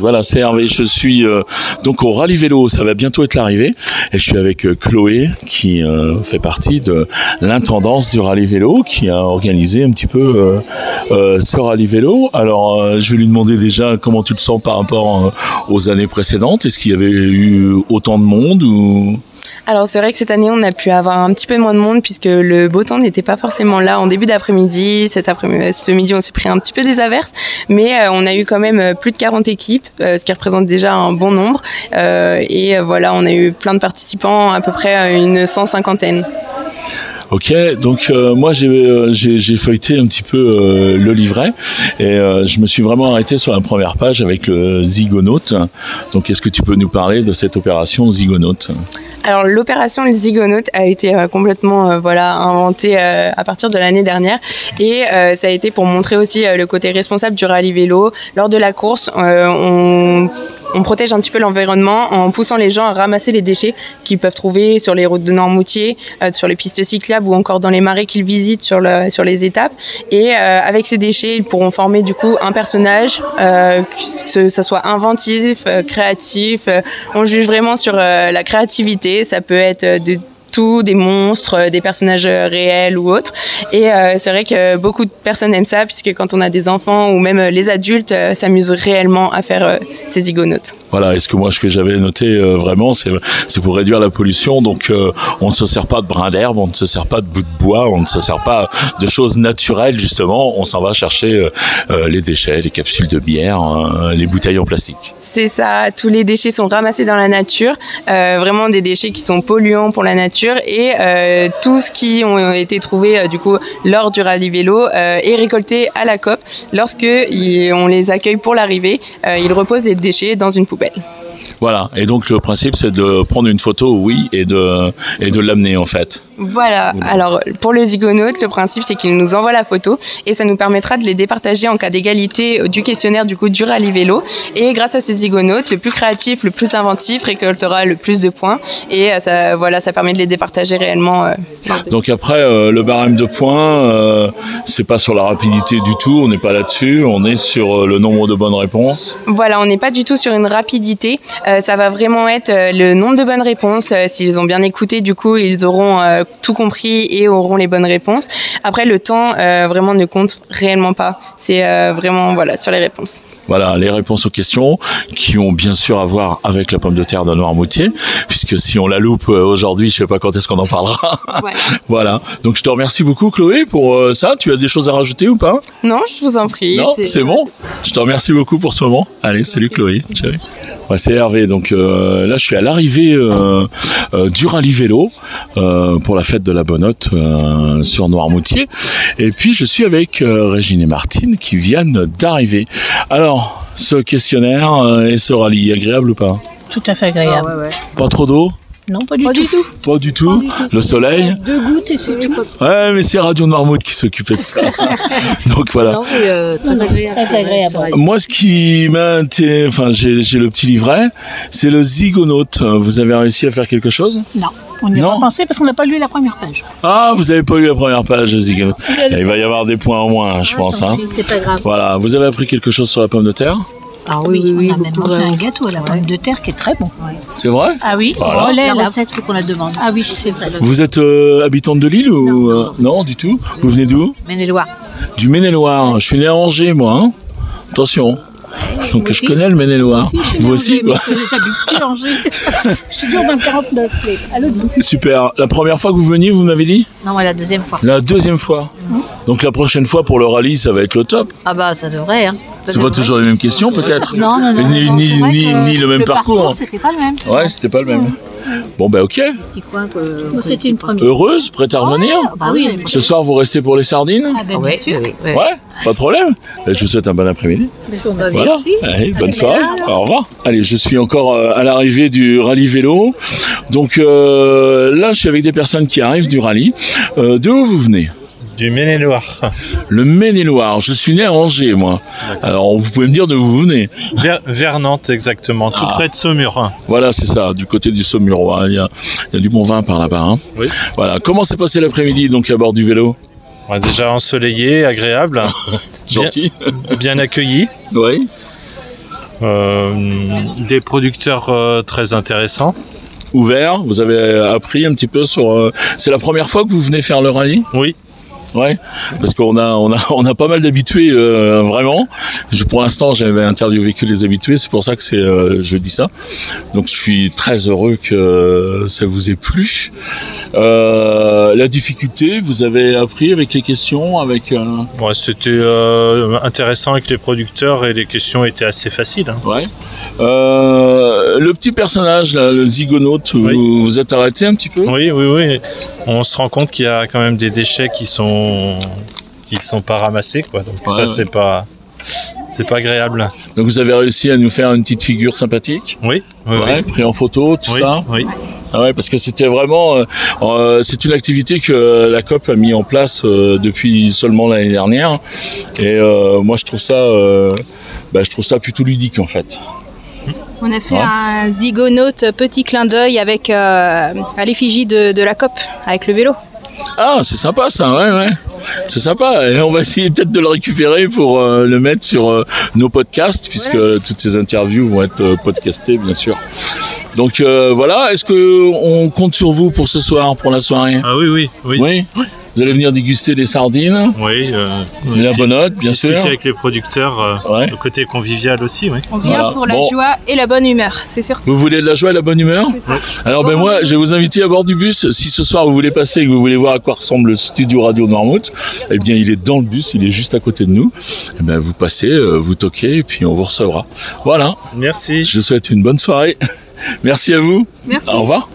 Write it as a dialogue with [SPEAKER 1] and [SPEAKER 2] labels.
[SPEAKER 1] Voilà, c'est Hervé. Je suis euh, donc au rallye vélo. Ça va bientôt être l'arrivée. Et je suis avec euh, Chloé, qui euh, fait partie de l'intendance du rallye vélo, qui a organisé un petit peu euh, euh, ce rallye vélo. Alors, euh, je vais lui demander déjà comment tu te sens par rapport euh, aux années précédentes. Est-ce qu'il y avait eu autant de monde ou
[SPEAKER 2] Alors c'est vrai que cette année on a pu avoir un petit peu moins de monde puisque le beau temps n'était pas forcément là en début d'après-midi. Cet après-midi, ce midi on s'est pris un petit peu des averses, mais euh, on a eu quand même euh, plus de 40 équipes, euh, ce qui représente déjà un bon nombre. Euh, et euh, voilà, on a eu plein de participants, à peu près euh, une cent cinquantaine.
[SPEAKER 1] Ok, donc euh, moi j'ai euh, j'ai- j'ai feuilleté un petit peu euh, le livret et euh, je me suis vraiment arrêté sur la première page avec le zygonote. Donc est-ce que tu peux nous parler de cette opération zygonote
[SPEAKER 2] Alors l'opération Les Zygonautes a été euh, complètement euh, voilà inventée euh, à partir de l'année dernière et euh, ça a été pour montrer aussi euh, le côté responsable du rallye vélo. Lors de la course, euh, on on protège un petit peu l'environnement en poussant les gens à ramasser les déchets qu'ils peuvent trouver sur les routes de Normoutier, euh, sur les pistes cyclables ou encore dans les marais qu'ils visitent sur, le- sur les étapes. Et euh, avec ces déchets, ils pourront former du coup un personnage, euh, que ce- ça soit inventif, euh, créatif, euh, on juge vraiment sur euh, la créativité. Ça peut être euh, de tout, des monstres, euh, des personnages euh, réels ou autres. Et euh, c'est vrai que euh, beaucoup de personnes aiment ça, puisque quand on a des enfants ou même euh, les adultes euh, s'amusent réellement à faire euh, ces zygonautes.
[SPEAKER 1] Voilà, est-ce que moi ce que j'avais noté euh, vraiment c'est c'est pour réduire la pollution. Donc euh, on ne se sert pas de brins d'herbe, on ne se sert pas de bouts de bois, on ne se sert pas de choses naturelles justement. On s'en va chercher euh, euh, les déchets, les capsules de bière, euh, les bouteilles en plastique.
[SPEAKER 2] C'est ça, tous les déchets sont ramassés dans la nature, euh, vraiment des déchets qui sont polluants pour la nature et euh, tout ce qui ont été trouvés euh, du coup lors du rallye vélo euh, est récolté à la COP. Lorsque il- on les accueille pour l'arrivée, euh, ils reposent les déchets dans une poubelle.
[SPEAKER 1] Voilà. Et donc le principe c'est de prendre une photo, oui, et de et de l'amener en fait.
[SPEAKER 2] Voilà,
[SPEAKER 1] Voilà.
[SPEAKER 2] alors pour le zygonaute, le principe c'est qu'il nous envoie la photo et ça nous permettra de les départager en cas d'égalité euh, du questionnaire du coup du rallye vélo. Et grâce à ce zygonaute, le plus créatif, le plus inventif récoltera le plus de points et euh, ça, voilà, ça permet de les départager réellement. euh, dans le-
[SPEAKER 1] Donc après euh, le barème de points, euh, c'est pas sur la rapidité du tout, on n'est pas là-dessus, on est sur euh, le nombre de bonnes réponses.
[SPEAKER 2] Voilà, on n'est pas du tout sur une rapidité. Euh, ça va vraiment être euh, le nombre de bonnes réponses. Euh, S'ils ont bien écouté, du coup, ils auront euh, tout compris et auront les bonnes réponses. Après, le temps euh, vraiment ne compte réellement pas. C'est euh, vraiment voilà sur les réponses.
[SPEAKER 1] Voilà, les réponses aux questions qui ont bien sûr à voir avec la pomme de terre de Noirmoutier, puisque si on la loupe euh, aujourd'hui, je sais pas quand est-ce qu'on en parlera.
[SPEAKER 2] Ouais.
[SPEAKER 1] voilà. Donc je te remercie beaucoup Chloé pour euh, ça. Tu as des choses à rajouter ou pas
[SPEAKER 2] Non, je vous en prie.
[SPEAKER 1] Non, c'est bon. Je te remercie beaucoup pour ce moment. Allez, salut Chloé. Ciao. Ouais, c'est Hervé. Donc euh, là, je suis à l'arrivée euh, euh, du rallye vélo euh, pour la fête de la Bonnotte euh, sur Noirmoutier. Et puis, je suis avec euh, Régine et Martine qui viennent d'arriver. Alors, ce questionnaire euh, et ce rallye, agréable ou pas
[SPEAKER 3] Tout à fait agréable.
[SPEAKER 4] Ah
[SPEAKER 1] Pas trop d'eau
[SPEAKER 3] Non, pas du tout.
[SPEAKER 1] Pas du tout. Le soleil
[SPEAKER 3] Deux gouttes et c'est tout.
[SPEAKER 1] Ouais, mais c'est Radio Noirmoutier qui s'occupait de ça. Donc voilà.
[SPEAKER 4] euh,
[SPEAKER 3] Très agréable.
[SPEAKER 1] Moi, ce qui m'a, inté- enfin, j'ai j'ai le petit livret, c'est le zygonote. Vous avez réussi à faire quelque chose
[SPEAKER 3] Non, on n'y a
[SPEAKER 1] Non.
[SPEAKER 3] pas pensé parce qu'on n'a pas lu la première page.
[SPEAKER 1] Ah, vous avez pas lu la première page de zygonote. Il va y avoir des points en moins, hein, je pense. Hein.
[SPEAKER 4] C'est pas grave.
[SPEAKER 1] Voilà, vous avez appris quelque chose sur la pomme de terre
[SPEAKER 4] Ah oui, oui, oui.
[SPEAKER 3] on a même
[SPEAKER 4] beaucoup,
[SPEAKER 3] mangé
[SPEAKER 4] ouais.
[SPEAKER 3] un gâteau à la pomme de terre qui est très bon.
[SPEAKER 1] C'est vrai
[SPEAKER 3] Ah oui,
[SPEAKER 1] Voilà.
[SPEAKER 3] au relais,
[SPEAKER 4] La
[SPEAKER 3] là.
[SPEAKER 4] recette, faut qu'on la demande. Mm.
[SPEAKER 3] Ah oui, c'est vrai.
[SPEAKER 1] Vous êtes euh, habitante de Lille ou euh, non du tout Vous venez d'où
[SPEAKER 4] Maine-et-Loire.
[SPEAKER 1] Du Maine-et-Loire. Je suis né à Angers, moi. hein. Attention. Donc je
[SPEAKER 4] aussi.
[SPEAKER 1] connais le Maine-et-Loire. Vous aussi, quoi.
[SPEAKER 4] J'habite plus Angers.
[SPEAKER 3] Je suis toujours dans le 49, mais à l'autre bout.
[SPEAKER 1] Super. La première fois que vous veniez, vous m'avez dit
[SPEAKER 4] Non, ouais, la deuxième fois.
[SPEAKER 1] La deuxième fois. Donc la prochaine fois pour le rallye, ça va être le top.
[SPEAKER 4] Ah bah, ça devrait, hein. Ça
[SPEAKER 1] C'est pas
[SPEAKER 4] devrait.
[SPEAKER 1] toujours les mêmes questions, peut-être
[SPEAKER 4] Non, non, non.
[SPEAKER 1] Ni,
[SPEAKER 4] non,
[SPEAKER 1] ni-
[SPEAKER 4] c'est vrai
[SPEAKER 1] ni-
[SPEAKER 4] que
[SPEAKER 1] ni le même parcours. hein.
[SPEAKER 4] C'était pas le même. Mhm.
[SPEAKER 1] Ouais, c'était pas le même. Bon, ben ok.
[SPEAKER 4] Petit coin que. qu'on
[SPEAKER 3] C'était une
[SPEAKER 4] connaissait pas.
[SPEAKER 3] première.
[SPEAKER 1] Heureuse, prête à revenir
[SPEAKER 4] Ah oui, oui,
[SPEAKER 1] Ce soir, vous restez pour les sardines
[SPEAKER 3] Ah ben,
[SPEAKER 4] oui,
[SPEAKER 3] bien sûr.
[SPEAKER 4] oui, oui.
[SPEAKER 1] Ouais, pas de problème. Ben, Je vous souhaite un bon après-midi.
[SPEAKER 4] Vas-y.
[SPEAKER 1] Voilà. Allez, bonne soirée. Au revoir. Allez, je suis encore euh, à l'arrivée du rallye vélo. Donc euh, là, je suis avec des personnes qui arrivent du rallye. Euh, de où vous venez
[SPEAKER 5] Du Maine-et-Loire.
[SPEAKER 1] Le Maine-et-Loire. Je suis né à Angers, moi. Alors, vous pouvez me dire de où vous venez.
[SPEAKER 5] Ver, vers Nantes, exactement, tout
[SPEAKER 1] Ah.
[SPEAKER 5] près de Saumur.
[SPEAKER 1] Voilà, c'est ça, du côté du Saumurois. Il y a, il y a du bon vin par là-bas. hein.
[SPEAKER 5] Oui.
[SPEAKER 1] Voilà. Comment s'est passé l'après-midi donc à bord du vélo
[SPEAKER 5] On est déjà ensoleillé, agréable, bien,
[SPEAKER 1] Gentil.
[SPEAKER 5] bien accueilli.
[SPEAKER 1] Oui.
[SPEAKER 5] euh, des producteurs euh, très intéressants.
[SPEAKER 1] ouvert. Vous avez appris un petit peu sur. euh, C'est la première fois que vous venez faire le rallye
[SPEAKER 5] Oui.
[SPEAKER 1] Ouais, parce qu'on a on a on a pas mal d'habitués euh, vraiment. Je, pour l'instant, j'avais interviewé que les habitués, c'est pour ça que c'est euh, je dis ça. Donc je suis très heureux que euh, ça vous ait plu. Euh, la difficulté, vous avez appris avec les questions, avec euh,
[SPEAKER 5] Ouais, C'était euh, intéressant avec les producteurs et les questions étaient assez faciles. hein.
[SPEAKER 1] ouais. Euh, le petit personnage là, le zigonote,
[SPEAKER 5] Oui.
[SPEAKER 1] vous vous êtes arrêté un petit peu
[SPEAKER 5] Oui, oui, oui. On se rend compte qu'il y a quand même des déchets qui sont qui sont pas ramassés, quoi. Donc
[SPEAKER 1] Ouais,
[SPEAKER 5] ça,
[SPEAKER 1] ouais.
[SPEAKER 5] c'est pas c'est pas agréable.
[SPEAKER 1] Donc vous avez réussi à nous faire une petite figure sympathique.
[SPEAKER 5] Oui. oui,
[SPEAKER 1] Ouais,
[SPEAKER 5] oui.
[SPEAKER 1] pris en photo, tout
[SPEAKER 5] Oui,
[SPEAKER 1] ça.
[SPEAKER 5] oui.
[SPEAKER 1] Ah ouais, parce que c'était vraiment, euh, euh, c'est une activité que euh, la COP a mis en place euh, depuis seulement l'année dernière. Et euh, moi, je trouve ça, euh, bah, je trouve ça plutôt ludique en fait.
[SPEAKER 6] On a fait
[SPEAKER 1] Ouais.
[SPEAKER 6] un zigonote petit clin d'œil avec euh, à l'effigie de, de la COP avec le vélo.
[SPEAKER 1] Ah, c'est sympa ça, ouais, ouais. C'est sympa. Et on va essayer peut-être de le récupérer pour euh, le mettre sur euh, nos podcasts, puisque toutes ces interviews vont être euh, podcastées, bien sûr. Donc euh, voilà. Est-ce que on compte sur vous pour ce soir, pour la soirée
[SPEAKER 5] Ah oui, oui, oui.
[SPEAKER 1] Oui. Vous allez venir déguster des sardines,
[SPEAKER 5] Oui, euh,
[SPEAKER 1] de la
[SPEAKER 5] puis-
[SPEAKER 1] bonotte, bien sûr.
[SPEAKER 5] discuter avec les producteurs, euh,
[SPEAKER 1] Ouais.
[SPEAKER 5] le côté convivial aussi, oui.
[SPEAKER 6] On vient
[SPEAKER 1] Voilà.
[SPEAKER 6] pour la
[SPEAKER 1] Bon.
[SPEAKER 6] joie et la bonne humeur, c'est sûr.
[SPEAKER 1] Vous voulez de la joie et de la bonne humeur Alors ben moi, je vais vous inviter à bord du bus. Si ce soir vous voulez passer et que vous voulez voir à quoi ressemble le studio Radio Noirmouth, eh bien il est dans le bus, il est juste à côté de nous. Eh ben vous passez, euh, vous toquez et puis on vous recevra. Voilà.
[SPEAKER 5] Merci.
[SPEAKER 1] Je vous souhaite une bonne soirée. Merci à vous.
[SPEAKER 6] Merci.
[SPEAKER 1] Au revoir.